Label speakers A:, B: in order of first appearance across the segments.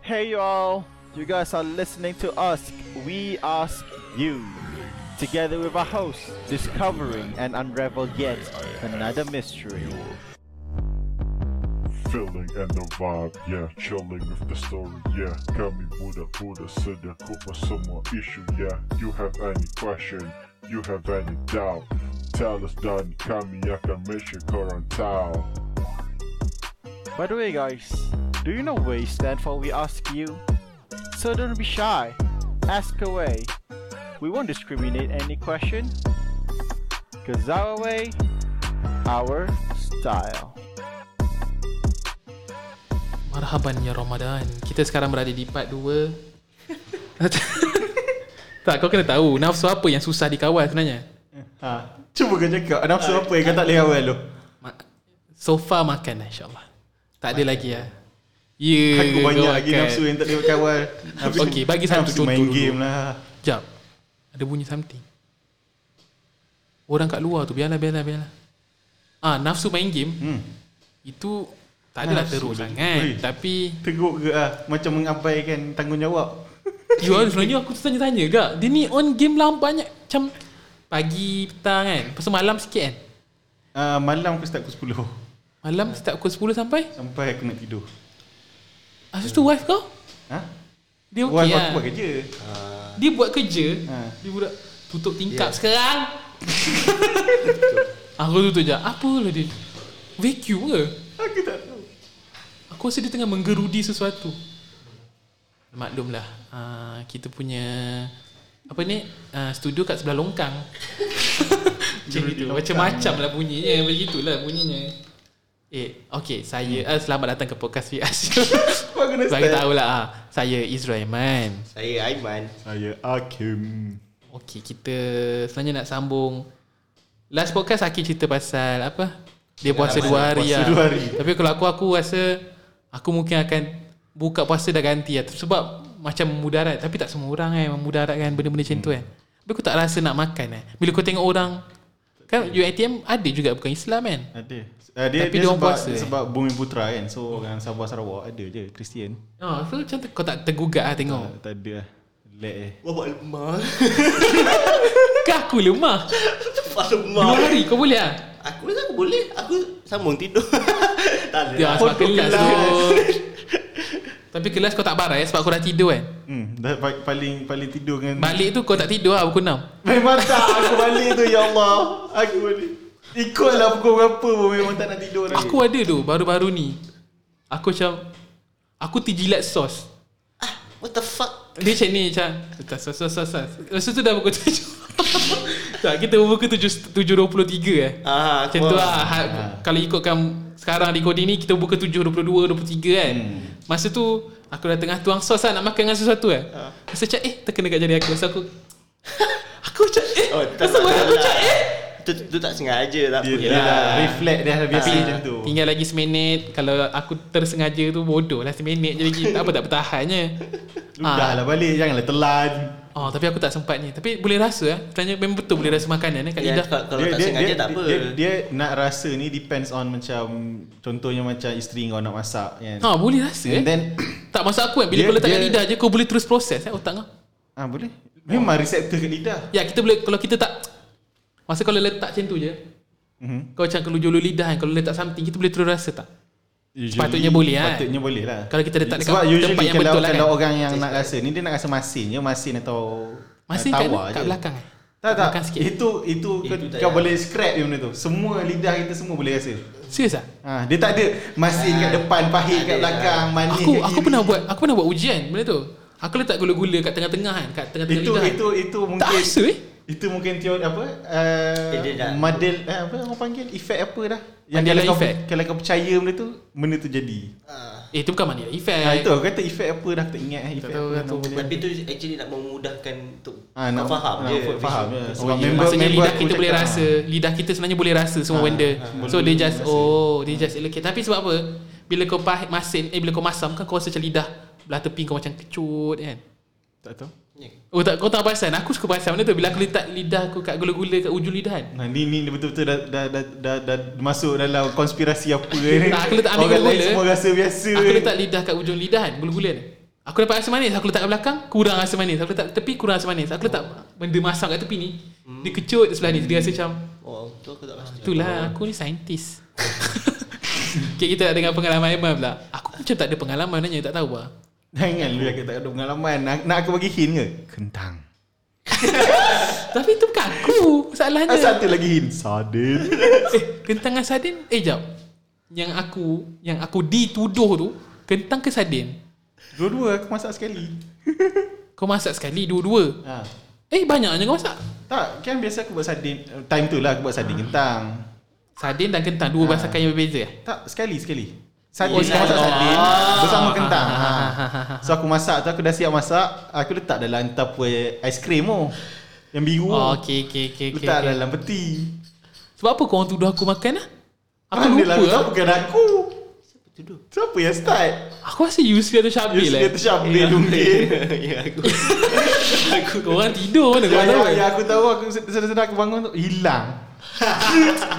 A: Hey y'all, you guys are listening to us. We ask you. Together with our hosts, discovering and unravel yet another mystery.
B: Feeling and the vibe, yeah. Chilling with the story, yeah. Kami Buddha Buddha sedia kupa semua issue, yeah. You have any question, you have any doubt. Tell us dan kami akan mention korang tahu.
A: By the way, guys, do you know WAY stand for We Ask You? So don't be shy. Ask away. We won't discriminate any question. Cause our way, our style.
C: Marhaban ya Ramadan. Kita sekarang berada di part 2. tak, kau kena tahu nafsu apa yang susah dikawal sebenarnya.
D: Ha. Cuba kau cakap Nafsu apa yang kau tak boleh awal tu
C: Ma- so far makan lah insyaAllah. Tak ada lagi lah. Ya,
D: Aku Kan banyak
C: kau
D: lagi
C: makan.
D: nafsu eh. yang tak boleh kawal Nafsu-
C: Okey, bagi satu
D: nafsu
C: contoh
D: main
C: dulu.
D: game lah
C: Sekejap. Ada bunyi something. Orang kat luar tu, biarlah, biarlah, biarlah. Ah, nafsu main game,
D: hmm.
C: itu tak adalah
D: Nafsu
C: teruk
D: lagi.
C: sangat.
D: Ui.
C: Tapi,
D: Teruk ke lah Macam mengabaikan tanggungjawab
C: you all sebenarnya aku tanya-tanya gak. Dia ni on game lambatnya. Macam pagi, petang kan. Lepas tu malam sikit kan.
D: Ah, Malam aku start pukul 10
C: Malam start pukul 10 sampai
D: Sampai aku nak tidur
C: Lepas tu wife kau
D: Ha?
C: Dia
D: Wah,
C: okey
D: aku
C: lah
D: buat kerja
C: Dia buat kerja
D: Ha.
C: Dia budak Tutup tingkap yeah. sekarang Aku tutup je Apa lah dia Vacuum ke
D: Aku tak tahu
C: Aku rasa dia tengah menggerudi sesuatu Maklumlah uh, Kita punya Apa ni uh, Studio kat sebelah longkang Macam
D: Gerudi
C: gitu
D: longkang.
C: Macam-macam lah bunyinya Begitulah bunyinya Eh, okay, saya uh,
D: Hmm.
C: selamat datang ke podcast VS.
D: Kau kena
C: Bagi
D: start
C: tahulah ah, saya Izra Iman.
E: Saya Aiman
D: Saya Akim
C: Okey, kita sebenarnya nak sambung last podcast Aki cerita pasal apa? Dia puasa
E: Lama
C: dua hari.
D: puasa
C: lah.
D: dua hari.
C: Tapi kalau aku aku rasa aku mungkin akan buka puasa dah ganti lah. sebab macam mudarat tapi tak semua orang kan memudarat kan benda-benda macam tu kan. Tapi aku tak rasa nak makan eh. Bila kau tengok orang kan UiTM ada juga bukan Islam kan.
D: Ada Ah, dia,
C: Tapi
D: Tapi dia
C: diorang
D: sebab,
C: puasa, eh?
D: sebab Bumi Putra kan So orang Sabah Sarawak ada je Kristian
C: Ha, so macam tu, kau tak tergugat lah tengok.
D: Tak- Tak ada lah Lag eh
E: Wabak lemah
C: Ke aku lemah.
E: Wabak
C: Dua
E: lemah
C: hari kau boleh ah.
E: Aku rasa aku boleh Aku sambung tidur Tak
C: Ya,
E: ada
C: sebab
D: Pun
C: kelas
D: kelas.
C: tu. Tapi kelas kau tak barai sebab kau dah tidur kan.
D: Hmm, dah pa- paling paling tidur dengan
C: Balik tu kau tak tidur lah pukul 6.
D: Memang tak aku balik tu ya Allah. Aku balik. Ikutlah pukul berapa pun memang tak nak tidur lagi.
C: Aku ada tu baru-baru ni. Aku macam aku terjilat sos.
E: ah, What the fuck
C: Dia macam ni macam tak sos sos sos. sos. Lepas tu dah pukul 7. tak kita pukul 7 7.23 eh.
E: Ah,
C: Macam tu lah ha, Kalau ikutkan Sekarang recording ni Kita buka 7, 22, 23 kan hmm. Masa tu Aku dah tengah tuang sos lah Nak makan dengan sesuatu kan ha. Masa macam eh Terkena kat jari aku Masa aku Aku macam eh
E: Oh, tak
C: Masa
E: tak-
C: badan aku
E: tak-
C: macam eh
E: Tu, tu tak sengaja tak lah.
D: dia,
E: apa
D: dia dah reflect dia dah biasa
C: Tapi
D: macam tu.
C: tinggal lagi seminit Kalau aku tersengaja tu Bodoh lah seminit je lagi Tak apa tak bertahannya
D: Ludahlah balik janganlah telan.
C: Oh tapi aku tak sempat ni Tapi boleh rasa eh Tanya memang betul boleh rasa makanan eh Kat
E: Ya,
C: lidah
E: kalau kalau tak sengaja tak apa
D: Dia, dia nak rasa ni depends on macam contohnya macam isteri kau nak masak kan.
C: Ha boleh rasa eh
D: And then
C: Tak masuk aku kan Bila
D: Dia-
C: kau letak kat
D: dia-
C: lidah je Kau boleh terus proses eh otak kau
D: ah boleh. Memang
E: Oh.
D: reseptor kat lidah.
C: Ya kita boleh Kalau kita tak Masa kalau letak macam tu je
D: Mhm.
C: Kau macam kalau jolok lidah kan Kalau letak something Kita boleh terus rasa tak Sepatutnya boleh, kan?
D: Sepatutnya boleh lah.
C: Kalau kita letak dekat
D: Sebab usually
C: tempat yang
D: kalau,
C: betul lah,
D: kalau
C: kan?
D: orang yang nak rasa ni dia nak rasa masin je, masin atau
C: Masih
D: ah,
C: kat,
D: tawar
C: kat
D: je.
C: belakang eh Kat
D: Tak tak.
C: belakang sikit.
D: Itu itu kau,
E: Itu tak
D: kau
E: payah.
D: boleh scrap je benda tu. Semua lidah kita semua boleh rasa.
C: Serius ah?
D: Ha, dia tak ada masin kat depan, pahit kat belakang,
E: lah.
D: manis
C: Aku
D: kat
C: aku
D: kiri.
C: pernah buat Aku pernah buat ujian Benda tu Aku letak gula-gula kat tengah-tengah kan Kat tengah-tengah
D: itu
C: lidah kan.
D: itu itu mungkin
C: Tak rasa eh
D: itu mungkin teori apa? Uh,
E: Eh, dia dah-
D: model eh, apa orang panggil efek apa dah? Yang
C: Mandela
D: kalau kau,
C: effect.
D: kalau kau percaya benda tu, benda tu jadi.
E: Ah,
C: Eh itu bukan Mandela effect
D: Ha, itu aku kata efek apa dah aku tak ingat eh,
C: tahu
D: efek apa
C: lah tu.
D: nama dia.
E: Tapi tu actually nak memudahkan Untuk
D: Ah,
E: kau
D: nak-
E: faham
D: nak
E: je
D: faham je.
E: Visual.
C: Oh,
D: Sebab
C: yeah.
D: member-
C: Maksudnya
D: member
C: lidah
D: aku
C: kita boleh
D: cakap,
C: rasa Lidah kita sebenarnya boleh rasa semua
D: Ah,
C: benda
D: ah,
C: So dia
D: boleh
C: just
D: rasa.
C: Oh dia just allocate Tapi sebab apa Bila kau pahit masin Eh bila kau masam kan kau rasa macam lidah Belah tepi kau macam kecut kan
D: Tak tahu.
E: Ya.
C: Oh tak, kau tak perasan? Aku suka perasan benda tu Bila aku letak lidah aku kat gula-gula kat ujung lidah kan
D: Nah, ni ni betul-betul dah dah, dah, dah, dah masuk dalam konspirasi apa ni.
C: Tak, aku letak ambil
D: Orang lain
C: gula-gula.
D: semua rasa biasa.
C: Aku letak lidah kat ujung lidah kan Gula-gula ni Aku dapat asam manis Aku letak kat belakang Kurang asam manis Aku letak tepi Kurang asam manis Aku letak benda masam kat tepi ni Dia kecut sebelah ni Dia rasa macam
E: Oh, tu aku tak pasti.
C: Itulah aku ni saintis Okay kita nak dengar pengalaman Aiman pula Aku macam tak ada pengalaman Nanya tak tahu lah
D: Jangan lu cakap tak ada pengalaman. Nak, nak aku bagi hint ke? Kentang.
C: Tapi itu bukan aku
D: Ah,
C: Masalahnya
D: satu lagi hint. Sadin.
C: Eh kentang dengan sardin Eh jap Yang aku Yang aku dituduh tu Kentang ke sardin
D: Dua-dua aku masak sekali.
C: Kau masak sekali dua-dua
D: Ha.
C: Eh banyaknya kau masak
D: Tak, kan biasa aku buat sardin. Time tu lah aku buat sardin kentang.
C: Sardin dan kentang Dua masakan yang berbeza eh?
D: Tak, sekali sekali. Sardin
C: Oh,
D: oh,
C: sekali.
D: masak sardin
C: Oh.
D: bersama kentang.
C: Ah,
D: Ha.
C: ah, ah, ah,
D: So aku masak tu aku dah siap masak, aku letak dalam tupperware aiskrim tu. Yang biru.
C: Oh,
D: Oh,
C: okay, okay, okay, okay,
D: letak
C: okay.
D: dalam peti.
C: Sebab apa korang tuduh aku makan lah? Aku
D: Pandai
C: lupa
D: lah,
C: lah.
D: tak bukan aku. Siapa yang start?
C: Aku rasa Yusri atau Syabil lah.
D: Dia tu Syabil mungkin.
E: ya, aku. aku
C: Korang tidur mana
D: Yang,
C: korang tahu. eh?
D: yang, yang aku tahu aku sedar-sedar aku bangun tu hilang.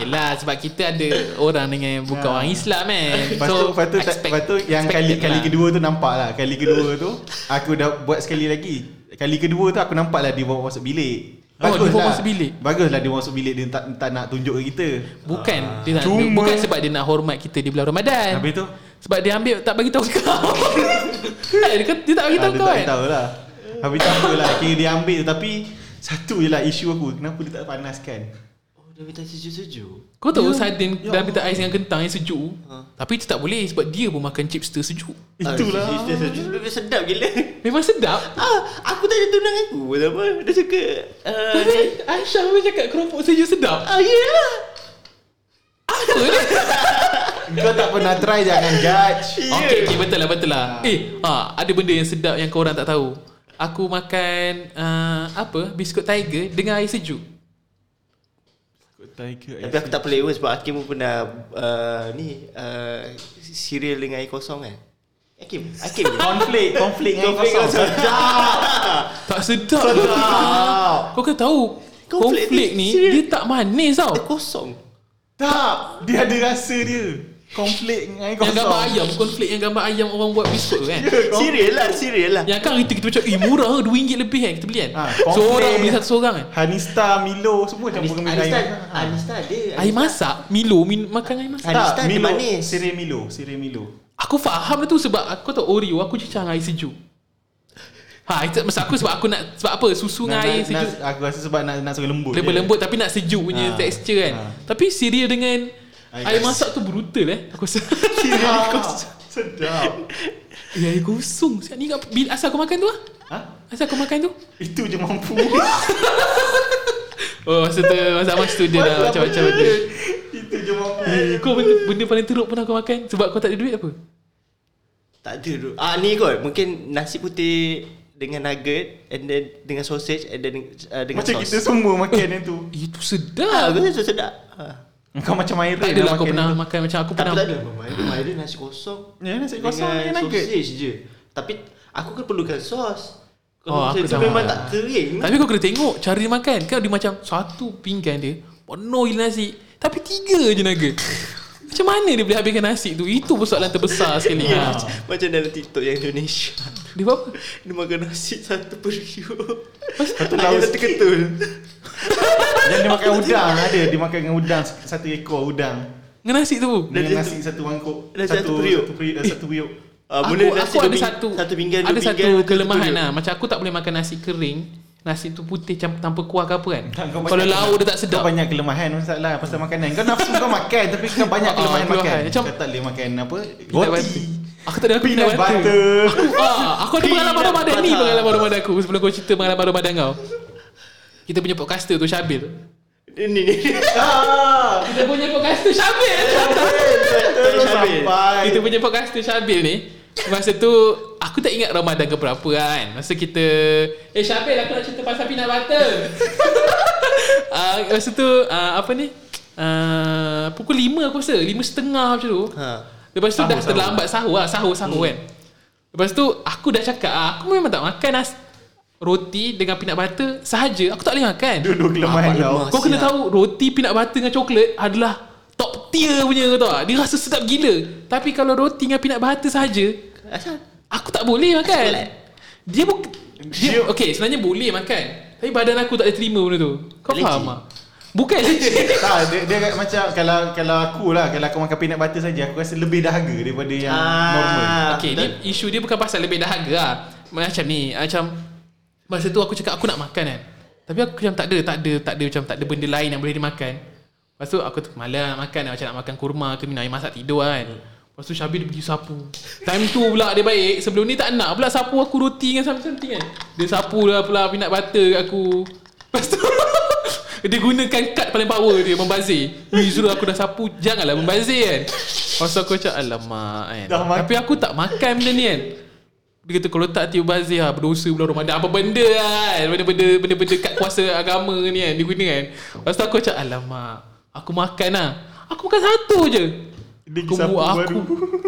C: Yelah sebab kita ada orang dengan bukan orang Islam kan.
D: Ya. Lepas tu, lepas tu, tak- lepas tu yang kali kali kedua tu nampak lah. Kali kedua tu aku dah buat sekali lagi. Kali kedua tu aku nampak lah dia bawa masuk bilik.
C: Oh, dia bawa masuk bilik.
D: Baguslah dia masuk bilik dia tak, tak nak tunjuk ke kita.
C: Bukan dia nak,
D: Ah. Cuma-
C: bukan sebab dia nak hormat kita di bulan Ramadan.
D: Habis tu?
C: Sebab dia ambil tak bagi tahu kau. Eh, dia, dia tak bagi
D: Ah,
C: tahu
D: dia
C: kau
D: tak
C: kan.
D: tahu lah. Habis tak apalah. Kira dia ambil tu tapi satu je lah isu aku. Kenapa dia tak panaskan?
E: Oh, dia minta sejuk-sejuk.
C: Kau
D: Ya.
C: tahu sardin dalam minta ais dengan kentang yang sejuk.
D: Ha.
C: Tapi itu tak boleh sebab dia pun makan chipster sejuk.
D: Itulah.
E: Ah, dia sejuk dia sedap gila.
C: Memang sedap.
E: Ah, aku tak ada tunang aku pun apa. Dia suka ah, dia-
C: Tapi Aisyah pun cakap keropok sejuk sedap.
E: Ah,
D: ya.
E: yeah.
C: Apa ni?
D: Kau tak pernah try jangan judge.
C: Okay, okay, betul lah, betul lah. Eh, ha, ada benda yang sedap yang korang tak tahu. Aku makan uh, apa? Biskut tiger dengan air sejuk.
E: Tapi aku tak flavor sebab Hakim pun pernah uh, ni uh, cereal dengan air kosong kan. Hakim, Hakim.
D: Konflik, konflik dengan
E: Konflik
D: kosong.
E: kosong.
C: Tak sedap. Sedap. Kau kan tahu konflik,
E: Konflik
C: konflik
E: ni
C: ni
E: serius.
C: dia tak manis tau.
E: Dia kosong.
D: Tak, dia ada rasa dia. Konflik dengan
C: Yang
D: kosong.
C: gambar ayam, konflik yang gambar ayam orang buat biskut tu kan.
E: Serial lah, serial lah.
C: Yang kan kita, kita macam Eh murah RM2 lebih kan Kita beli kan
D: Ah,
C: Seorang
D: konflik.
C: beli satu seorang kan
D: Hanista, Milo semua
E: Ya,
D: campur dengan
E: Anista,
D: air.
E: Anista ada.
C: Air masak Milo min, Makan air masak
E: Air- Hanista
D: Tak,
E: dia
D: Milo,
E: manis.
D: sirih Milo, sirih Milo.
C: Aku faham lah tu Sebab aku tahu Oreo Aku cecah dengan air sejuk Ha itu maksud aku sebab aku nak Sebab apa Susu dengan
D: Nak-
C: air
D: nak-
C: sejuk
D: nak- Aku rasa sebab nak nak suruh lembut. je.
C: Lembut-lembut tapi nak sejuk punya
D: Ah.
C: texture kan.
D: Ah.
C: Tapi cereal dengan
D: Air
C: air
D: gas.
C: masak tu brutal eh. Aku rasa.
D: Ah, Sedap.
C: eh, air kosong. Siap ni kat- bila asal kau makan tu ah?
D: Ha?
C: Asal kau makan tu?
D: Itu je mampu.
C: Oh, masa tu masa masa tu dia dah macam-macam benda.
D: Itu je mampu.
C: Eh, kau benda, benda paling teruk pernah kau makan sebab kau tak ada duit apa?
E: Tak ada tu. Ah ni kot, mungkin nasi putih dengan nugget and then dengan sausage and then uh, dengan
D: Macam
E: sos.
D: kita semua makan yang tu.
C: Itu
E: Ah,
C: Eh, sedap.
E: aku rasa sedap. Ah.
D: Kau macam Myron
C: tak
D: lah
C: adalah kau
D: makan
C: pernah
D: yang tu.
C: makan macam aku
E: Tak
C: pernah.
E: ada main main dia nasi kosong.
D: Ya, nasi kosong dengan nugget.
E: Sausage je. Tapi aku kan perlukan sos.
C: Oh,
E: Kalau
C: aku
E: macam tu
C: tak
E: memang
C: makan.
E: tak kering.
C: Tapi kau kena tengok cara dia makan. Kau dia macam satu pinggan dia penuh je nasi. Tapi tiga je naga. Macam mana dia boleh habiskan nasi tu? Itu persoalan terbesar sekali. Ha.
E: Ya, macam- Macam dalam TikTok yang Indonesia.
C: Dia buat apa?
E: Dia makan nasi satu periuk.
D: Satu
E: Satu
D: lauk
E: laut
D: sikit.
E: terketul.
D: Yang dia makan udang ada. Dia makan dengan udang. Satu ekor udang.
C: Dengan nasi tu.
E: Dah
D: Dengan
E: jatuh.
D: nasi satu mangkuk.
E: Dah jatuh periuk.
D: Satu periuk. eh, Satu periuk.
E: Ah,
C: aku,
E: mula
C: aku
E: nasi dua
C: ada
E: ping-
C: satu
E: satu pinggan dua
C: ada satu
E: pinggan,
C: kelemahan
E: terketul.
C: lah macam aku tak boleh makan nasi kering nasi tu putih camp- tanpa kuah ke apa kan
D: Tak, kau
C: kalau
D: banyak-
C: lauk dia tak sedap
D: Kau banyak kelemahan masalah pasal makanan. Kau nafsu kau makan tapi kau banyak
C: Ah,
D: kelemahan makan.
C: kelemahan. Macam-
D: kau tak boleh makan apa?
C: Peanut
D: Roti.
C: butter. aku tak ada aku
D: Peanut butter.
C: aku, ah, aku ada
D: Peanut
C: pengalaman Ramadan ni
E: butter.
C: pengalaman Ramadan aku sebelum kau cerita pengalaman Ramadan kau kita punya podcaster tu Syabil
E: Ini ni.
D: Ah,
C: kita punya podcaster Syabil
D: terus sampai.
C: kita punya podcaster Syabil ni masa tu aku tak ingat Ramadan ke berapa kan masa kita eh Syabil aku nak cerita pasal peanut butter uh, Lepas tu uh, Apa ni uh, Pukul 5 aku rasa 5.30 macam tu
E: Ha.
C: Lepas tu dah
D: Sahur, Hmm. sahur.
C: terlambat sahur lah Sahur sahur kan Lepas tu Aku dah cakap ah, Aku memang tak makan as Roti dengan peanut butter Sahaja Aku tak boleh makan
D: Dua-dua kelemahan
E: Apa
D: kau.
E: lemas?
C: Kau kena
E: Siap.
C: tahu Roti peanut butter dengan coklat Adalah Top tier punya kau tahu tak? Dia rasa sedap gila Tapi kalau roti dengan peanut butter sahaja
E: Asal
C: Aku tak boleh makan. Dia bu dia, okay, sebenarnya boleh makan. Tapi badan aku tak boleh terima benda tu. Kau
E: Allergy.
C: faham tak? Bukan allergy.
D: tak, dia, dia agak macam kalau kalau aku lah, kalau aku makan peanut butter saja, aku rasa lebih dahaga daripada yang
E: Ah.
D: normal.
C: Okay, ni isu dia bukan pasal lebih dahaga lah. Macam ni, macam masa tu aku cakap aku nak makan kan. Tapi aku macam tak ada, tak ada, tak ada macam tak ada benda lain yang boleh dimakan. Lepas tu aku tu malas nak makan macam nak makan kurma ke minum air masak tidur kan. Lepas tu Syabil dia pergi sapu. Time tu pula dia baik. Sebelum ni tak nak pula sapu aku roti dengan something kan. Dia sapu lah pula peanut butter kat aku. Lepas tu dia gunakan kad paling power dia membazir. Wih Zul aku dah sapu janganlah membazir kan. Lepas tu aku macam alamak kan.
D: Dah makan.
C: Tapi aku tak makan benda ni kan. Dia kata kalau tak tiup bazir lah Berdosa bulan Ramadan Apa benda kan Benda-benda Benda-benda kat kuasa agama ni kan Dia guna kan Lepas tu aku macam Alamak Aku makan lah Aku makan satu je
D: Dia
C: Aku,
D: sapu
C: mu- aku,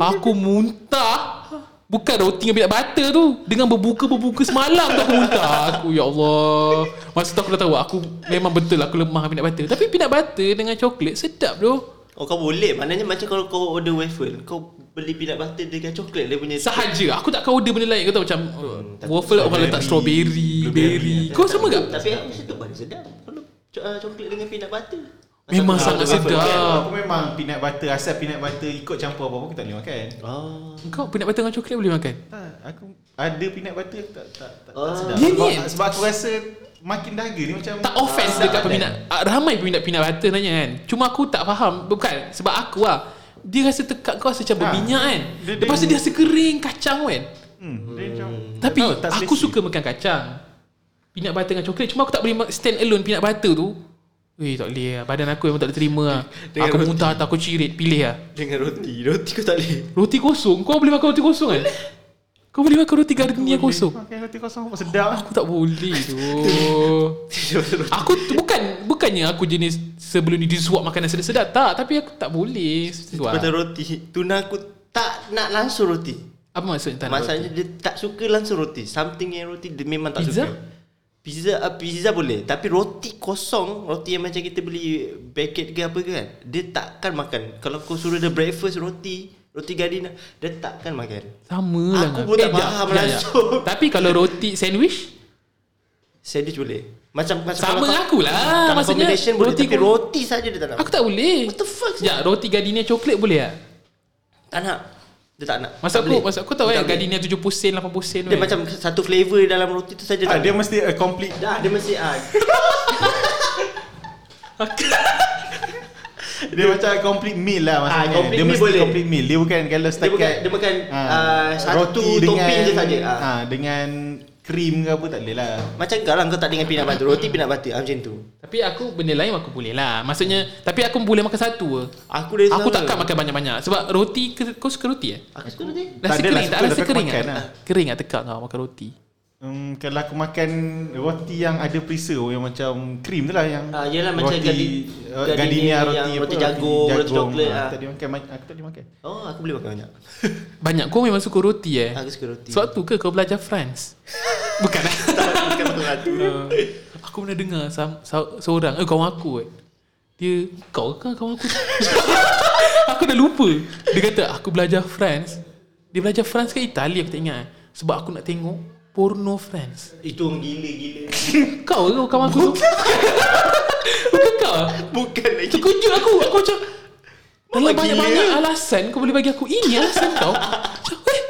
C: aku muntah Bukan roti dengan peanut butter tu Dengan berbuka-berbuka semalam tu aku muntah Aku ya Allah Masa tu aku dah tahu Aku memang betul aku lemah peanut butter Tapi peanut butter dengan coklat sedap tu
E: Oh kau boleh Maknanya macam kalau kau order waffle Kau beli peanut butter dengan coklat Dia punya
C: Sahaja Aku tak kau order benda lain Kau tahu macam uh, Waffle orang letak strawberry Berry Kau sama tak?
E: Tapi aku rasa tu paling sedap Kalau co- ah, coklat dengan peanut butter Masa
C: Memang
E: aku
C: sangat
E: order waffle.
D: Aku,
C: sedap.
D: aku memang peanut butter, asal peanut butter ikut campur apa-apa aku tak boleh makan.
E: Oh
C: Kau peanut butter dengan coklat boleh makan?
D: Tak, Ah, aku ada peanut butter aku tak tak tak, tak
E: Ah.
D: sedap.
C: Dia
D: sebab,
C: ni-
D: sebab aku rasa makin dahaga ni macam
C: Tak offense dekat peminat ah, Ramai peminat peanut butter tanya kan Cuma aku tak faham Bukan Sebab aku lah Dia rasa tekak kau rasa macam berminyak kan
D: Ha. Dia- dia-
C: Lepas tu dia rasa kering kacang kan
D: Hmm, dia macam
C: Tapi
D: tahu, tak
C: aku
D: selesa.
C: suka makan kacang Peanut butter dengan coklat Cuma aku tak boleh ma- stand alone peanut butter tu Weh tak boleh lah Badan aku memang tak boleh terima lah
E: Dengan
C: Aku
E: roti.
C: muntah atau aku cirit Pilih lah
E: Dengan roti Roti kau tak boleh
C: Roti kosong Kau boleh makan roti kosong kan Kau boleh makan roti gardenia kosong
D: Makan roti kosong apa sedap.
C: Aku tak boleh tu Aku tu bukan bukannya aku jenis sebelum ni disuap makanan sedap-sedap tak tapi aku tak boleh suap.
E: Pasal roti Tuna aku tak nak langsung roti
C: Apa maksud tak?
E: Masalahnya dia tak suka langsung roti Something yang roti dia memang tak
C: Pizza?
E: suka Pizza ah, pizza boleh Tapi roti kosong Roti yang macam kita beli Packet ke apa ke kan Dia takkan makan Kalau kau suruh dia breakfast roti Roti gardina Dia takkan makan
C: sama lah.
E: Aku pun tak
C: jap,
E: faham
C: jap, jap.
E: langsung.
C: Tapi kalau roti sandwich
E: Sandwich boleh Macam macam
C: sama
E: kalau-
C: akulah.
E: kalau
C: Maksudnya
E: combination boleh Tapi
C: kau-
E: roti saja dia tak nak
C: Aku tak boleh.
E: What the fuck,
C: Ya, roti gardenia coklat boleh tak?
E: Tak nak Dia tak nak
C: Masa
E: tak
C: aku,
E: boleh.
C: masa aku tahu kan
E: Dia tak boleh.
C: gardenia 70 sen, 80 sen.
E: Dia
C: kan.
E: macam satu flavour dalam roti tu saja
D: Ah,
E: tak
D: dia
E: nak.
D: mesti a complete
E: Dah dia mesti ah.
D: dia macam a complete meal lah maksudnya.
E: Ah, complete
D: dia
E: meal
D: mesti
E: boleh.
D: complete meal. Dia bukan kalau
E: Dia
D: setakat
E: makan dia makan
D: ah,
E: ah, satu
D: roti
E: topping je
D: dengan-
E: saja. Ah.
D: ah, dengan krim ke apa tak boleh lah.
E: Macam kau lah kau tak dengan peanut butter Roti peanut butter ah, Macam tu
C: Tapi aku benda lain aku boleh lah. Maksudnya tapi aku boleh makan satu.
E: Aku
C: je.
E: dari
C: Aku
E: sana.
C: takkan makan banyak-banyak sebab roti kau suka roti eh?
E: Aku suka roti
C: Rasa
D: Tak ada lah,
C: kering, tak
D: suka,
C: rasa
D: tapi aku
C: kering
D: makan
C: kan?
D: lah.
C: Kering tak tekak kau makan roti?
D: Um, kalau aku makan roti yang ada preserve yang macam krim tu lah yang
E: Ah, yelah,
D: roti,
E: macam gardi-
D: uh,
E: gardenia
D: gardenia
E: yang
D: roti apa,
E: roti jagung, roti coklat,
D: Ah,
E: ah.
D: Aku tak boleh makan ma- aku tak boleh makan.
E: Oh aku boleh makan banyak
C: Banyak kau memang suka roti eh?
E: Aku suka roti
C: Sebab tu ke kau belajar France? Bukan eh?
E: Bukan pasal tu
C: Uh, aku pernah dengar sam, sa, seorang, eh kawan aku eh. Dia, kau ke kawan aku? aku dah lupa. Dia kata, aku belajar France. Dia belajar France ke Itali aku tak ingat eh. Sebab aku nak tengok porno France.
E: Itu orang gila-gila
C: Kau ke kawan aku? tu? Bukan kau?
E: Bukan lagi
C: Terkejut aku Aku macam Dalam
E: Gila.
C: banyak-banyak alasan Kau boleh bagi aku Ini alasan kau Macam, eh?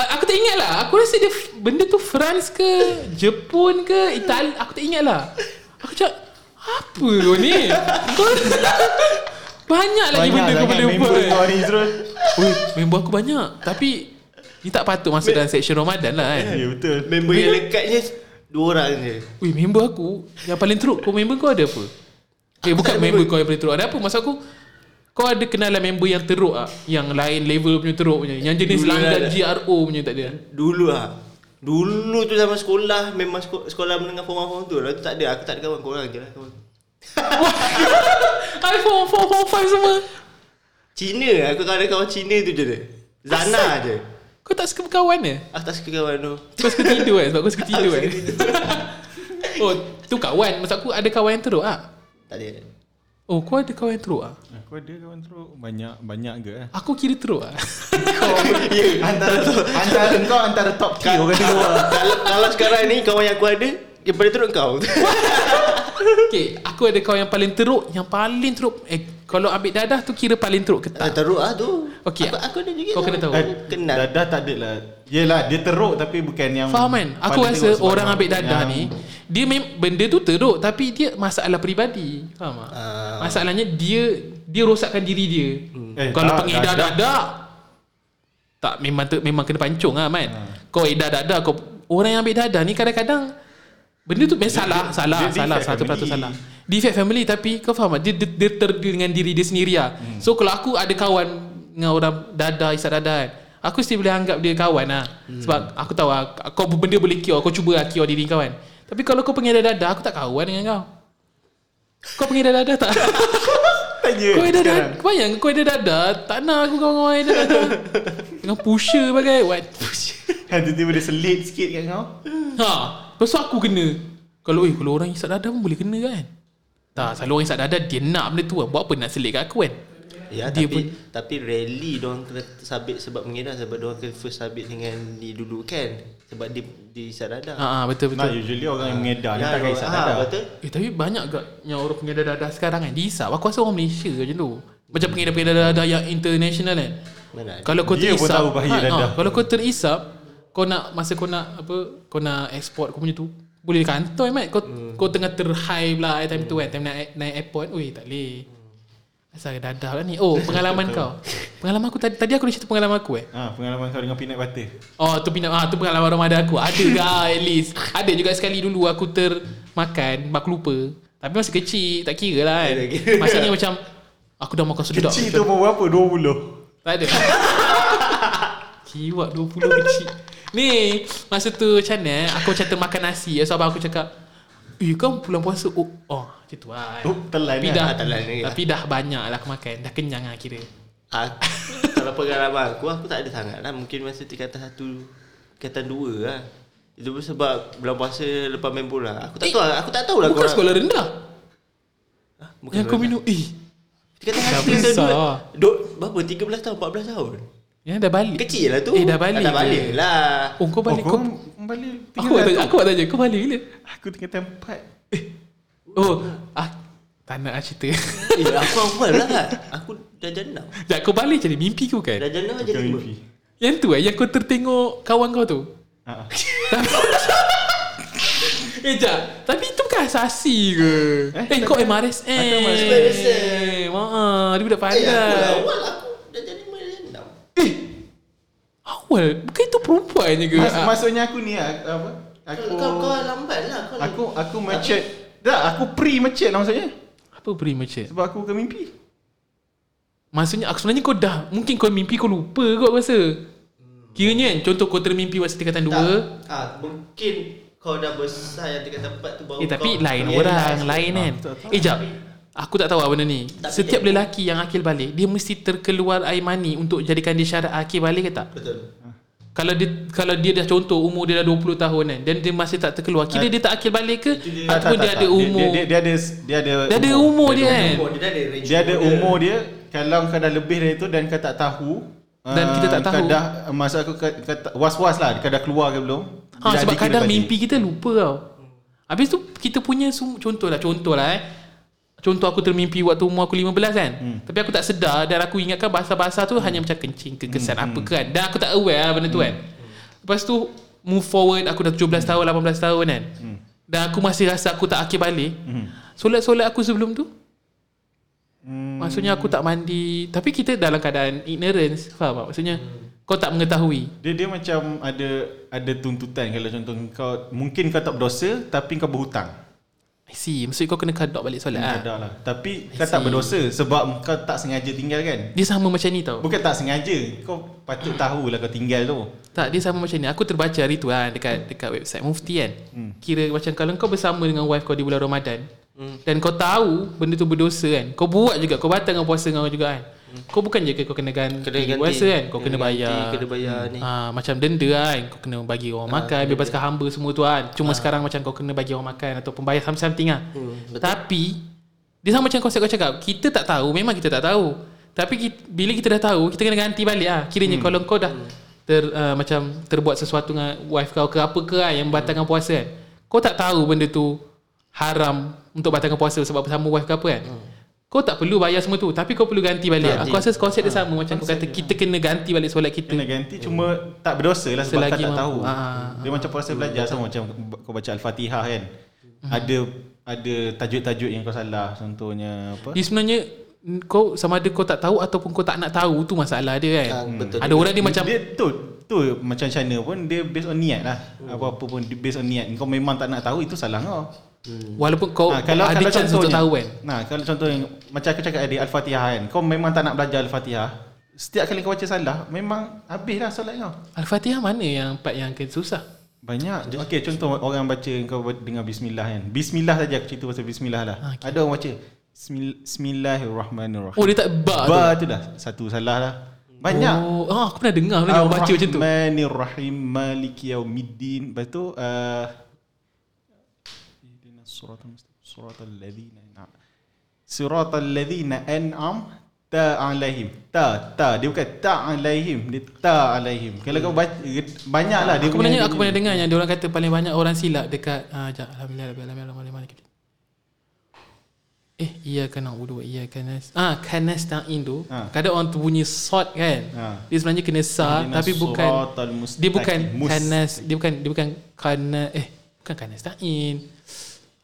C: A- Aku tak ingat lah Aku rasa dia Benda tu France ke Jepun ke Itali Aku tak ingat lah Aku cakap Apa kau ni Kau Banyak lagi benda
D: lah,
C: kau boleh
D: member
C: buat eh.
D: kau ni Izrul.
C: Ui, Member aku banyak Tapi Ni tak patut masuk dalam section Ramadan lah kan
D: Ya betul.
E: Member yang lekatnya Dua orang je
C: Weh member aku Yang paling teruk Kau member kau ada apa? Eh bukan member kau yang paling teruk Ada apa? Maksud aku Kau ada kenalan member yang teruk ah Yang lain level punya teruk punya Yang jenis
E: Dulu
C: langgar
E: ada.
C: GRO punya tak ada
E: Dulu lah Dulu tu zaman sekolah Memang seko- sekolah menengah form-form tu Lepas tu tak ada Aku tak ada kawan Korang je lah kawan
C: iPhone 4, 4, 5 semua
E: Cina Aku ada kawan Cina tu je dia Zana je
C: Kau tak suka berkawan ke?
E: Aku tak suka kawan tu
C: Kau suka tidur kan? Sebab kau suka tidur kan? oh tu kawan Maksud aku ada kawan yang teruk ah
E: Tak ada
C: Oh kau ada kawan teruk ah?
D: Aku ada kawan teruk Banyak Banyak ke eh
C: Aku kira teruk ah.
E: Ya.
D: Antara Antara kau Antara top 3 orang teruk
E: kalau, kalau sekarang ni kawan yang aku ada yang paling teruk kau.
C: okay, aku ada kawan yang paling teruk, yang paling teruk. Eh, kalau ambil dadah tu kira paling teruk ke
E: Ah,
C: tak?
E: teruk ah tu.
C: Okey.
E: Aku, aku ada juga.
C: Kau kena tahu.
E: Aku
D: Eh,
E: Kenal.
D: Dadah tak ada lah Yelah dia teruk Tapi bukan yang
C: Faham kan? Aku
D: paling
C: rasa
D: teruk sebab
C: orang
D: yang-
C: ambil dadah
D: yang-
C: ni, dia mem benda tu teruk tapi dia masalah peribadi. Faham tak?
E: Ah.
C: Masalahnya dia dia rosakkan diri dia.
D: Eh,
C: kalau
D: tak,
C: pengedar
D: dadah.
C: dadah, tak memang ter, memang kena pancung ah man. Kau edar dadah kau orang yang ambil dadah ni kadang-kadang benda tu memang salah, salah,
D: dia
C: salah,
D: defect
C: satu peratus
D: family.
C: salah. Defect family tapi kau faham tak? Dia, dia, dia terdeal dengan diri dia sendiri lah.
D: Hmm.
C: So kalau aku ada kawan dengan orang dadah, isap dadah kan, aku still boleh anggap dia kawan lah.
D: Hmm.
C: Sebab aku tahu lah, kau benda boleh cure, kau cuba lah cure diri kau kan. Tapi kalau kau pengedar dadah, aku tak kawan dengan kau. Kau pengedar dadah tak?
D: Tanya
C: Kau ada
D: sekarang.
C: dadah Kau bayang kau ada dadah Tak nak aku kawan-kawan ada dadah Dengan pusher bagai What pusher
D: Ha, Tiba-tiba dia selit sikit kat kau
C: Ha Lepas tu aku kena Kalau eh kalau orang isap dadah pun boleh kena kan Tak selalu orang isap dadah Dia nak benda tu kan Buat apa nak selit kat aku kan
E: Ya,
C: Dia
E: dia tapi pun. tapi rally diorang kena sabit sebab mengira sebab diorang kena first sabit dengan ni dulu kan sebab dia di
C: Ha
E: sarada.
C: ha betul
D: Nah
C: betul
D: usually orang yang mengedar Dia tak kisah dadah
E: Ya, ah, Betul?
C: Eh tapi banyak gak Yang orang pengedar dadah sekarang kan Dia isap Aku rasa orang Malaysia je tu Macam pengedar-pengedar dadah Yang international kan
E: Mana? ada?
C: Kalau kau
D: Dia pun
C: terisap Ah,
D: tahu bahaya dadah.
C: Kalau kau terisap Kau nak Masa kau nak Apa Kau nak export kau punya tu Boleh di kantor eh, mat Kau, hmm. kau tengah terhigh pula eh, Time tu kan Time naik, naik airport Ui tak boleh Asal dadah lah ni Oh pengalaman kau Pengalaman aku tadi Tadi aku dah cerita pengalaman aku eh
D: Ha, pengalaman kau dengan peanut butter
C: Oh tu pindah ah, tu pengalaman Ramadan aku Ada lah at least Ada juga sekali dulu Aku termakan Aku lupa Tapi masih kecil Tak kira lah kan
E: Tak kira.
C: Maksudnya macam Aku dah makan sedap
D: Kecil tu umur berapa? 20
C: tak ada Kiwak 20 kecil Ni Masa tu macam mana eh, Aku macam termakan nasi So abang aku cakap Eh kau bulan puasa Oh, oh macam tu lah
D: Oh, telan
C: Tapi
D: lah.
C: dah
E: Ah, telan lagi lah.
C: Tapi dah banyak lah aku makan Dah kenyang lah kira
E: Aku, kalau pengalaman aku aku tak ada sangat lah mungkin masa tingkatan satu tingkatan dua lah. Itu pun sebab bulan puasa lepas main bola. Aku tak tahu lah- aku tak tahu
C: Eh,
E: lah
C: Bukan sekolah rendah
E: Ah, bukan
C: Yang kau
E: sekolah.
C: minum Eh
E: Tingkatan
C: Dah
E: satu tingkatan dua.
C: besar.
E: Dok berapa 13 tahun 14 tahun.
C: Yang dah balik
E: Kecil lah tu.
C: Eh dah balik
E: Dah balik
C: ke?
E: lah.
C: Oh kau balik kau,
D: balik
C: Aku tak tanya Aku tak tanya Kau balik bila
D: Aku tengah tempat
C: Oh ah, Tak nak lah cerita
E: Eh, aku awal lah. Aku dah jenam.
C: Sekejap, Kau balik jadi mimpi kau kan
E: Dah jenam aja
D: Bukan
E: lima.
D: mimpi
C: Yang tu eh Yang kau tertengok Kawan kau tu
D: Ha, ha.
C: Eh jap Tapi itu bukan asasi ke Eh, eh kau MRSM
D: Aku
E: MRSM.
C: Haa Ah, Dia budak
E: Eh, aku lah
C: pandai
E: awal aku dah jadi mana jenam.
C: Awal Bukan itu perempuan je ke
D: Mas,
C: Ah,
D: Maksudnya aku ni ah, apa? Aku
E: Kau kau
C: Oh.
E: lambat lah kau.
D: Aku aku macet Dah aku pre-macet lah maksudnya
C: Ah, Apa premature
D: Sebab aku bukan mimpi
C: Maksudnya aku sebenarnya kau dah Mungkin kau mimpi kau lupa kot aku rasa Kiranya kan Contoh kau termimpi masa tingkatan
E: Hmm. Tak.
C: 2
E: Ah, mungkin kau dah besar yang tingkat tempat tu baru
C: Eh tapi
E: kau Ya,
C: lain
E: realize.
C: orang Lain kan
D: tak tahu.
C: Eh jap Aku tak tahu lah benda ni
E: Tak
C: Setiap
E: boleh.
C: lelaki yang akil balik Dia mesti terkeluar air mani Untuk jadikan dia syarat akil balik ke tak?
E: Betul.
C: Kalau dia kalau dia dah contoh umur dia dah 20 tahun kan dan dia masih tak terkeluar kira dia tak akil balik ke
D: Tak, tak,
C: ataupun dia
D: tak,
C: ada
D: tak.
C: umur
D: Dia, dia, dia ada dia ada
C: dia ada umur dia kan
E: Umur dia dah ada range
D: Dia ada umur dia Kalau kau dah lebih dari tu Dan kau tak tahu
C: Dan kita tak
D: ah,
C: tahu.
D: kau dah, Masa aku kau- kau tak- was-was lah Kau dah keluar ke belum
C: ha
D: Dia
C: sebab
D: dikira
C: kadang
D: tadi.
C: mimpi kita lupa tau habis tu kita punya sum- contoh lah contoh lah eh contoh aku termimpi waktu umur aku 15 kan tapi aku tak sedar dan aku ingatkan bahasa-bahasa tu hanya macam kencing kekesan apa ke kan dan aku tak aware lah benda tu kan lepas tu move forward aku dah 17 tahun 18 tahun kan dan aku masih rasa aku tak akil balik solat-solat aku sebelum tu Hmm. Maksudnya aku tak mandi Tapi kita dalam keadaan ignorance Faham tak? Maksudnya Kau tak mengetahui
D: Dia dia macam ada ada tuntutan kalau contoh kau mungkin kau tak berdosa tapi kau berhutang.
C: I see Maksudnya kau kena kadok balik solat
D: Ha.
C: ah.
D: Ada lah. Tapi
C: I
D: kau tak
C: see.
D: berdosa sebab kau tak sengaja tinggal kan?
C: Dia sama macam ni tau
D: Bukan tak sengaja. Kau patut tahulah kau tinggal tu.
C: Tak dia sama macam ni Aku terbaca hari tu kan Dekat dekat website mufti kan hmm. Kira macam kalau kau bersama dengan wife kau di bulan Ramadan hmm. Dan kau tahu benda tu berdosa kan Kau buat juga Kau batalkan puasa kau juga kan hmm. Kau bukan je ke kau kena ganti,
E: Kena ganti.
C: puasa kan Kau kena,
E: Kena ganti,
C: bayar
E: kena bayar ni.
C: Ah, Macam denda kan Kau kena bagi orang makan Bebaskan hamba Ah. semua tu kan Cuma sekarang macam kau kena bagi orang makan Atau pembayar something, something lah
E: Hmm, betul.
C: Tapi Dia sama macam konsep kau cakap Kita tak tahu Memang kita tak tahu Tapi kita, bila kita dah tahu Kita kena ganti balik lah Kiranya hmm. kalau kau dah ter, uh, Macam terbuat sesuatu dengan wife kau ke Apa ke lah yang batalkan puasa kan Kau tak tahu benda tu Haram untuk batalkan puasa Sebab bersama wife kau apa kan hmm. Kau tak perlu bayar semua tu Tapi kau perlu ganti balik
E: Ganti.
C: Aku rasa konsep dia sama Macam kau kata Kita kena ganti balik solat kita
D: Kena ganti cuma tak berdosa lah sebab
C: Eh. Selagi
D: kau tak
C: mampu.
D: tahu.
C: Ah, ah,
D: Dia macam puasa belajar sama macam kau baca Al-Fatihah kan.
C: Hmm.
D: Ada ada tajuk-tajuk yang kau salah contohnya apa?
C: Dia sebenarnya mm, kau sama ada kau tak tahu ataupun kau tak nak tahu tu masalah dia kan.
E: Ah, betul.
C: Ada orang dia macam
D: dia tu tu macam China pun dia based on niat lah.
C: Hmm.
D: Apa-apa pun dia based on niat. Kau memang tak nak tahu itu salah kau.
C: walaupun kau
D: Ah, kalau
C: ada
D: kalau
C: chance untuk
D: contohnya,
C: tahu kan.
D: Nah, kalau contoh yang macam aku cakap tadi Al-Fatihah kan. Kau memang tak nak belajar Al-Fatihah. Setiap kali kau baca salah, memang habislah solat kau.
C: Al-Fatihah mana yang part yang akan susah?
D: Banyak. Okey, contoh orang baca kau dengar bismillah kan. Bismillah saja aku cerita pasal bismillah lah.
C: Okey.
D: Okay. Ada orang baca "Bismil- Bismillahirrahmanirrahim.
C: Oh dia tak ba. tu.
D: Ba tu dah satu salah dah. Banyak.
C: Oh, ah, aku pernah dengar lagi orang baca macam tu.
D: Ar-Rahmanirrahim Maliki Yaumiddin. Lepas tu uh, Ihdinas siratal mustaqim siratal ladzina an'am. Siratal ladzina an'amta alaihim. Ta ta dia bukan ta alaihim, dia ta alaihim. Kalau kau baca banyaklah dia
C: Aku
D: punya-
C: pernah aku pernah dengar yang dia orang kata paling banyak orang silap dekat ah jap alhamdulillah rabbil alamin alhamdulillah rabbil alamin. Eh iya kan na'budu wa iya kan ah kanasta'in tu
D: Ah.
C: kadang orang tu bunyi sod kan
D: Ah.
C: dia sebenarnya kena sa
D: Ihdinas
C: tapi bukan
D: siratal mustaqim.
C: Dia bukan
D: Mus-
C: kanas Dia bukan Dia bukan kana Eh Bukan kanas ta'in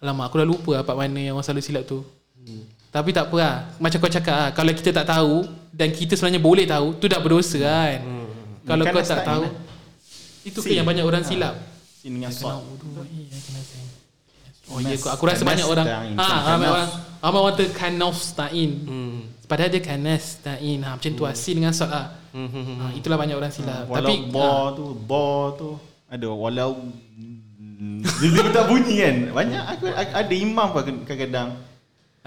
C: Lama aku dah lupa lah Part mana yang orang selalu silap tu
D: Hmm.
C: Tapi tak apa lah Macam kau cakap lah Kalau kita tak tahu Dan kita sebenarnya boleh tahu Tu dah berdosa kan
D: Hmm,
C: Kalau
D: Bukan
C: kau
D: nasta'in
C: tak tahu
D: lah.
C: Itu ke
D: Sin.
C: yang banyak orang silap
D: Sin dengan
C: Kena
D: sod.
C: wudu, eh, kena sin. Oh
D: Kanas-
C: ya aku, aku rasa banyak orang
D: kanasta'in.
C: ha,
D: Bukan
C: ramai
D: kanaf.
C: orang Ramai orang terkanasta'in
D: Hmm.
C: Padahal dia kanasta'in ha, Macam tu lah Sin dengan sod lah
D: Hmm,
C: ha, Itulah banyak orang silap
D: Walau
C: Tapi
D: bo
C: ah,
D: tu, bo tu. Ada walau dia tak bunyi kan. Banyak aku aku- ada imam pun aku kadang-kadang.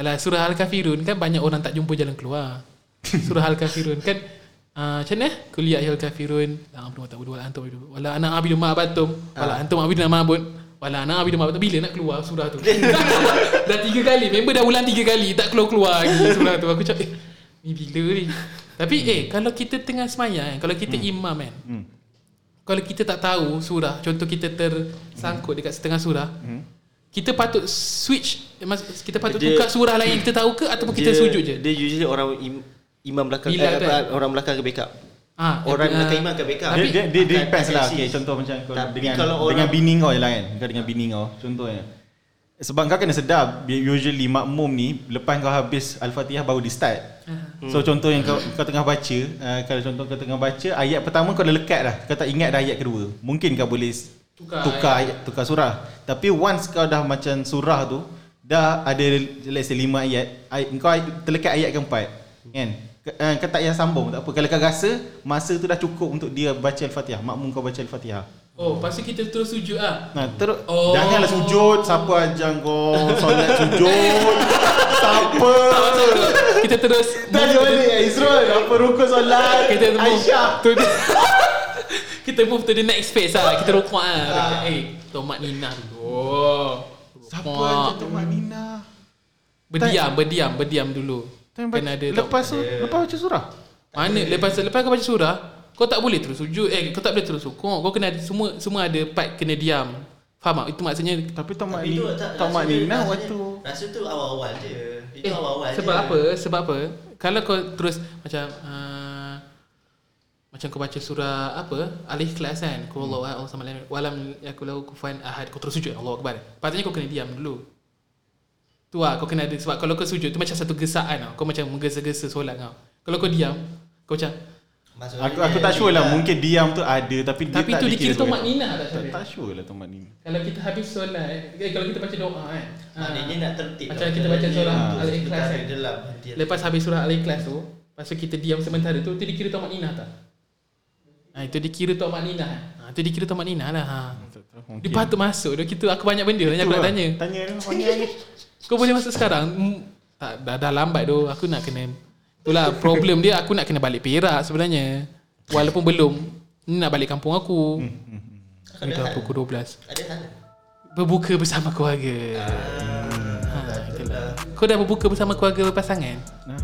C: Alah surah Al-Kafirun kan banyak orang tak jumpa jalan keluar. Surah Al-Kafirun kan uh, macam mana? Kuliah Al Kafirun. La amru tak berdua antum abidu. Wala ana abidu ma abatum. Wala antum abidu ma abud. Wala ana abidu ma abatum. Bila nak keluar surah tu? dah tiga kali. Member dah ulang tiga kali tak keluar-keluar lagi surah tu. Aku cakap eh, ni bila ni? Tapi eh kalau kita tengah semayang kan, kalau kita imam kan. Kalau kita tak tahu surah, contoh kita tersangkut dekat setengah surah,
D: Mhm.
C: kita patut switch eh, mas- kita patut
E: Dia-
C: tukar surah lain yang kita tahu ke ataupun kita
E: Dia-
C: sujud je
E: Dia usually orang im, imam belakang
C: Bila
E: eh,
C: kan?
E: apa, orang belakang akan backup.
C: Ah, eh,
E: orang belakang
C: ah,
E: imam akan backup.
C: Tapi-
D: dia dia, dia
E: Akan-
D: depends lah.
E: akan
D: Okay,
E: see.
D: contoh macam kau
E: Tapi
D: dengan
E: kalau orang-
D: dengan bini kau je lah kan. Kau dengan bini kau contohnya. Sebab kau kena sedar usually makmum ni lepas kau habis al-Fatihah baru di start. So contoh yang kau, kau tengah baca uh, Kalau contoh kau tengah baca Ayat pertama kau dah lekat dah Kau tak ingat dah ayat kedua Mungkin kau boleh s-
C: Tukar
D: tukar ayat, tukar surah Tapi once kau dah macam surah tu Dah ada let's say lima ayat, ayat Kau ay- terlekat ayat keempat Kan K- eh, kau tak payah sambung tak apa Kalau kau rasa Masa tu dah cukup untuk dia baca Al-Fatihah Makmum kau baca Al-Fatihah
C: Oh, pasal kita terus sujud ah.
D: Nah, terus
C: Oh.
D: oh. janganlah sujud, siapa ajar kau solat sujud? siapa?
C: Kita terus
D: Tadi balik
E: eh,
D: Israel apa rukun solat?
C: kita move
D: Aisyah.
C: to the, kita move to the next phase ah. Kita rokok ah. Eh, tomat Nina dulu. Oh.
D: Siapa
C: Mak.
D: yang Mak Nina?
C: Berdiam, berdiam, berdiam dulu.
D: Time
C: Kena
D: baca,
C: ada
D: lepas tu, lepas baca surah.
C: Mana lepas lepas kau baca surah, kau tak boleh terus sujud. Eh, kau tak boleh terus sokong. Kau kena ada- semua semua ada part kena diam. Faham tak? Itu maksudnya
D: Tapi Tok Mak
E: Ah, Itu
D: Nina,
E: tak-
D: Tok Mak
E: rasa dia-
D: Nina
E: rasa
D: waktu
E: dia- Rasa tu awal-awal je. Itu
C: Eh,
E: awal-awal je.
C: sebab apa? Sebab apa? Kalau kau terus macam uh, macam kau baca surah apa? Al-Ikhlas kan. Qul Allahu ahad, Allahu samad, lam yalid walam yakul lahu kufuwan ahad. Kau terus sujud Allahu akbar. Patutnya kau kena diam dulu. Tu lah kau kena ada sebab kalau kau sujud tu macam satu gesaan tau. Kau macam menggesa-gesa solat kau. Kalau kau diam, kau macam
E: Maksud
D: Aku
E: dia-
D: aku tak sure lah
E: dia-
D: mungkin diam tu ada tapi dia
C: tapi
D: tak
C: tu dikira tu
D: sebagai-
C: maknina tak
D: Tak,
C: Syafiq?
D: tak sure lah Tok Mak Nina.
C: Kalau kita habis solat, eh, kalau kita baca doa kan.
E: Maknanya nak tertib.
C: Macam
E: tau.
C: kita baca
E: Dia-
C: surah
E: dia-
C: Al-Ikhlas
E: dia
C: kan?
E: Dalam hati.
C: Lepas habis surah Al-Ikhlas tu Lepas tu kita diam sementara tu Itu dikira Tuan Mak Nina tak? Ha, itu dikira Tuan Mak Nina ha, Itu dikira Tuan Mak Nina lah ha.
D: Tak
C: Dia
D: tahu, mungkin.
C: patut masuk dia kita, Aku banyak benda lah yang
D: Tu
C: aku nak
D: lah.
C: tanya
D: Tanya dia, panggil dia.
C: Kau boleh masuk sekarang Hmm, tak, dah, dah lambat tu Aku nak kena Itulah problem dia Aku nak kena balik Perak sebenarnya Walaupun belum Ni nak balik kampung aku Ini dah pukul 12
E: Ada hal. Ah, lah.
C: Berbuka bersama keluarga ha, itulah. Kau Kau dah berbuka bersama keluarga berpasangan?
D: Nah.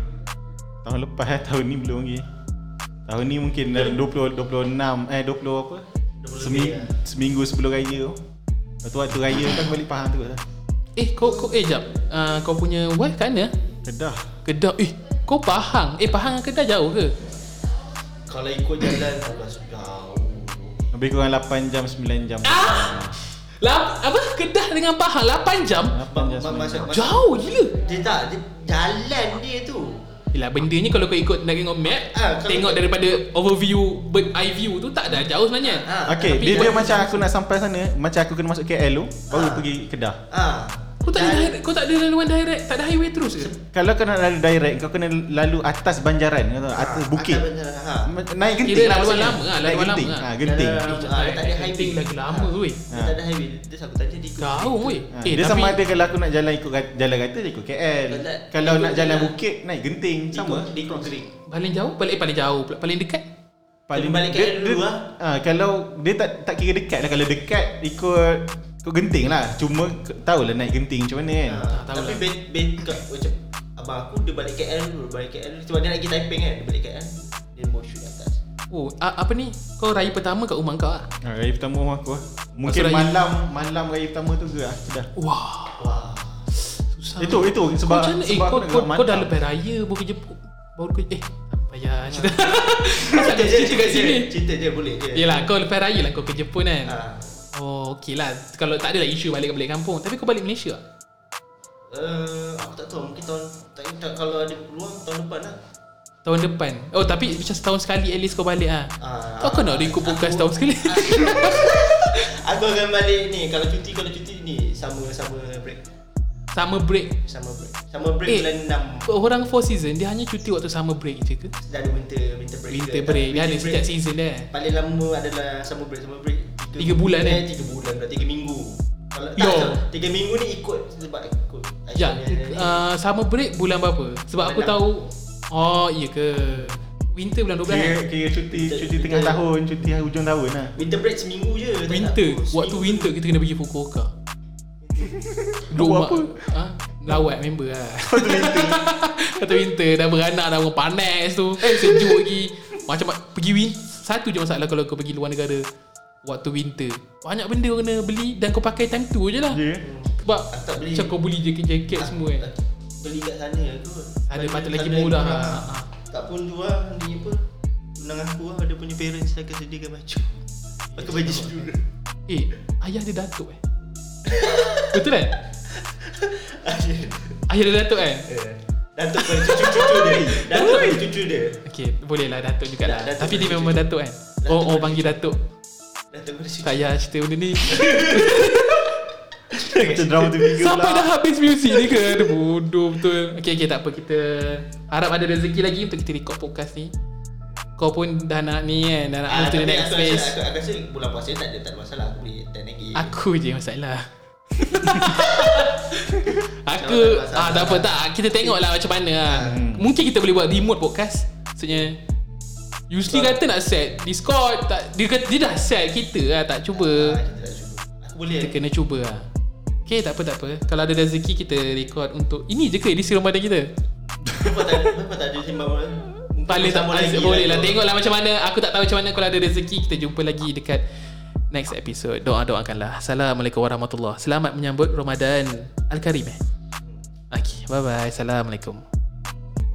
D: Tahun lepas eh, tahun ni belum lagi. Tahun ni mungkin dah 20 26 eh 20 apa? Seming,
C: eh.
D: seminggu sebelum raya tu. Lepas tu waktu raya kan balik Pahang terus lah.
C: Eh kau kau eh jap. Uh, kau punya wife kat mana?
D: Kedah.
C: Kedah. Eh kau Pahang. Eh Pahang dengan Kedah jauh ke?
E: Kalau ikut jalan Allah jauh.
D: Lebih kurang 8 jam 9 jam.
C: Ah!
E: Ah!
C: Lap, apa Kedah dengan Pahang 8 jam?
D: 8 jam.
E: Ma-
D: 9 jam.
E: masa- masa-
C: Jauh gila.
E: Dia tak dia jalan dia tu.
C: Yelah bendanya kalau kau ikut nak tengok map,
E: Ah, kalau-
C: tengok daripada overview bird eye view tu tak dah jauh sebenarnya.
E: Ha.
D: Okay,
C: Tapi
D: dia, dia
C: buat-
D: macam aku nak sampai sana, macam aku kena masuk KL tu, baru
C: Ah.
D: pergi Kedah.
E: Ha.
C: Kau tak ada direct, kau tak ada laluan direct, tak ada highway terus ke?
D: Kalau kau nak lalu direct, kau kena lalu atas banjaran, kau tahu, atas bukit.
E: atas banjaran, ha.
D: Ma- Naik genting.
C: Ah, Kira
D: lah
C: laluan
D: maksudnya.
C: lama lah,
D: Naik
C: laluan
D: genting.
C: lama lah.
D: Ha, genting.
E: Dalam- dalam- ah, tak ada highway. Ha.
C: Lagi lama weh.
E: Dia tak ada highway. Dia sangkut tadi dia ikut.
C: Jauh weh.
E: Ah,
D: Ha,
C: Eh
D: dia
C: tapi
D: sama ada kalau aku nak jalan ikut rat- jalan rata, dia ikut KL. Kalau
E: Kalau nak- ikut
D: nak jalan
E: jalan-
D: bukit, naik genting.
E: Dia
D: Sama.
E: ikut- Dia ikut kering.
C: paling jauh, paling eh, paling jauh pula, paling dekat.
E: Dia balik KL
D: dia-
E: dulu
D: dia-
E: lah.
D: ha, kalau dia tak tak kira dekat lah. Kalau dekat, ikut ikut genting lah. Cuma k- tahulah naik genting macam mana kan.
E: Ha.
C: tahu
E: Tapi
C: lah.
E: ben ben kat- macam abang aku dia balik KL dulu, balik KL sebab dia nak pergi Taiping kan. Dia balik KL. Dia mau shoot atas.
C: Oh, a- apa ni? Kau raya pertama kat rumah kau ah.
D: Ha, raya pertama rumah aku lah. Mungkin
C: raya-
D: malam malam raya pertama tu gerak dah.
C: Wah,
E: Wah.
C: susah.
D: Itu itu
C: Ah. Kau
D: sebab
C: macam mana? Eh,
D: sebab
C: kau,
D: aku nak
C: kau,
D: gerak
C: kau dah
D: malam.
C: lepas raya baru kerja baru kerja eh tak payah cerita. Kau tak ada cerita kat sini. Ya.
E: Cerita dia boleh je.
C: Yelah kau lepas raya lah kau kerja pun kan.
E: Ha.
C: Oh, okey lah. Kalau tak ada lah isu balik balik kampung. Tapi kau balik Malaysia tak?
E: Eh, aku tak tahu mungkin tahun tak tak kalau ada peluang tahun depan lah.
C: Tahun depan. Oh, tapi macam setahun sekali at least kau balik ah.
E: Ah,
C: Kau kau nak ikut podcast
E: aku-
C: tahun sekali.
E: Aku akan balik ni kalau cuti kalau cuti ni sama sama break
C: Summer break.
E: sama break sama break
C: Eh.
E: eh. bulan
C: Orang four season dia hanya cuti waktu summer break je ke?
E: 6 dan winter winter break.
C: Winter
E: ke.
C: break. Dia ada
E: Winter
C: setiap season dia.
E: Paling lama adalah summer break summer break.
C: Tiga bulan, eh?
E: eh? Tiga bulan dah tiga minggu. Kalau tak,
C: Yo.
E: tak, tiga minggu ni ikut sebab ikut. eh,
C: Ya,
E: action dia.
C: uh, summer break bulan berapa? Sebab aku
E: Bulan
C: tahu Oh, iya ke? Winter bulan 12
D: Kira,
C: kan?
D: kira cuti cuti
E: Betul.
D: tengah tahun, cuti hujung tahun lah.
E: Winter break seminggu je. tak
C: Winter.
E: nak aku.
C: Waktu
E: Seminggu.
C: winter kita kena pergi Fukuoka. Duduk
D: Buat
C: rumah.
D: apa?
C: Ha? Lawat member lah. Waktu winter. Waktu winter dah beranak dah orang panas tu. Eh sejuk lagi. Macam ma- pergi win satu je masalah kalau kau pergi luar negara. Waktu winter. Banyak benda kau kena beli dan kau pakai time tu je lah.
D: Ya.
C: Sebab
E: Aku tak beli.
C: macam kau beli jaket-jaket semua kan.
E: Beli Ah, kat sana kot.
C: Ada
E: Beli
C: patut
E: kat
C: lagi
E: sana
C: murah. Ha.
E: ah, Tak pun jual ni apa. Tunang aku lah dia punya parents akan sediakan baju. Pakai baju student.
C: Eh, ayah dia datuk eh. Betul kan? Ayah dia datuk kan?
E: Eh, Datuk pada cucu-cucu dia. Datuk pada cucu dia.
C: Okay, boleh lah datuk juga lah.
E: Dah, Ya, datuk
C: Tapi dia
E: boleh
C: memang
E: cucu.
C: datuk kan?
E: Datuk
C: Oh, oh
E: boleh
C: panggil datuk.
E: Datuk pada cucu.
C: Tak payah cerita benda ni.
D: Macam drama TV ke
C: Sampai
D: pula.
E: lah.
C: dah habis muzik ni ke? Aduh, bodoh betul. Okay, okay, tak apa. Kita harap ada rezeki lagi untuk kita record podcast ni. Kau pun dah nak ni kan? Dah nak
E: Ah,
C: move to
E: tapi
C: the next
E: aku
C: phase.
E: rasa, aku, aku rasa bulan puasa tak ada, tak ada masalah. Aku boleh attend lagi.
C: Aku je masalah.
E: Jangan
C: Aku
E: tak masalah.
C: ah tak apa tak kita tengoklah macam mana lah.
E: Hmm.
C: Mungkin kita boleh buat remote podcast. Maksudnya Yusli kata nak set Discord tak dia kata dia dah set kita lah tak
E: Ah,
C: cuba.
E: kita tak cuba. Aku boleh.
C: Kita kena cuba lah. Okay tak apa tak apa. Kalau ada rezeki kita record untuk ini je ke edisi Ramadan kita.
E: Kenapa tak ada, kenapa tak ada simbang orang? Mungkin
C: Paling tak
E: bersama
C: boleh boleh lah
E: tu.
C: tengoklah macam mana. Aku tak tahu macam mana kalau ada rezeki kita jumpa lagi dekat next episode. Doa-doakanlah. Assalamualaikum warahmatullahi. Selamat menyambut Ramadan Al-Karim eh. Okay, bye bye. Assalamualaikum.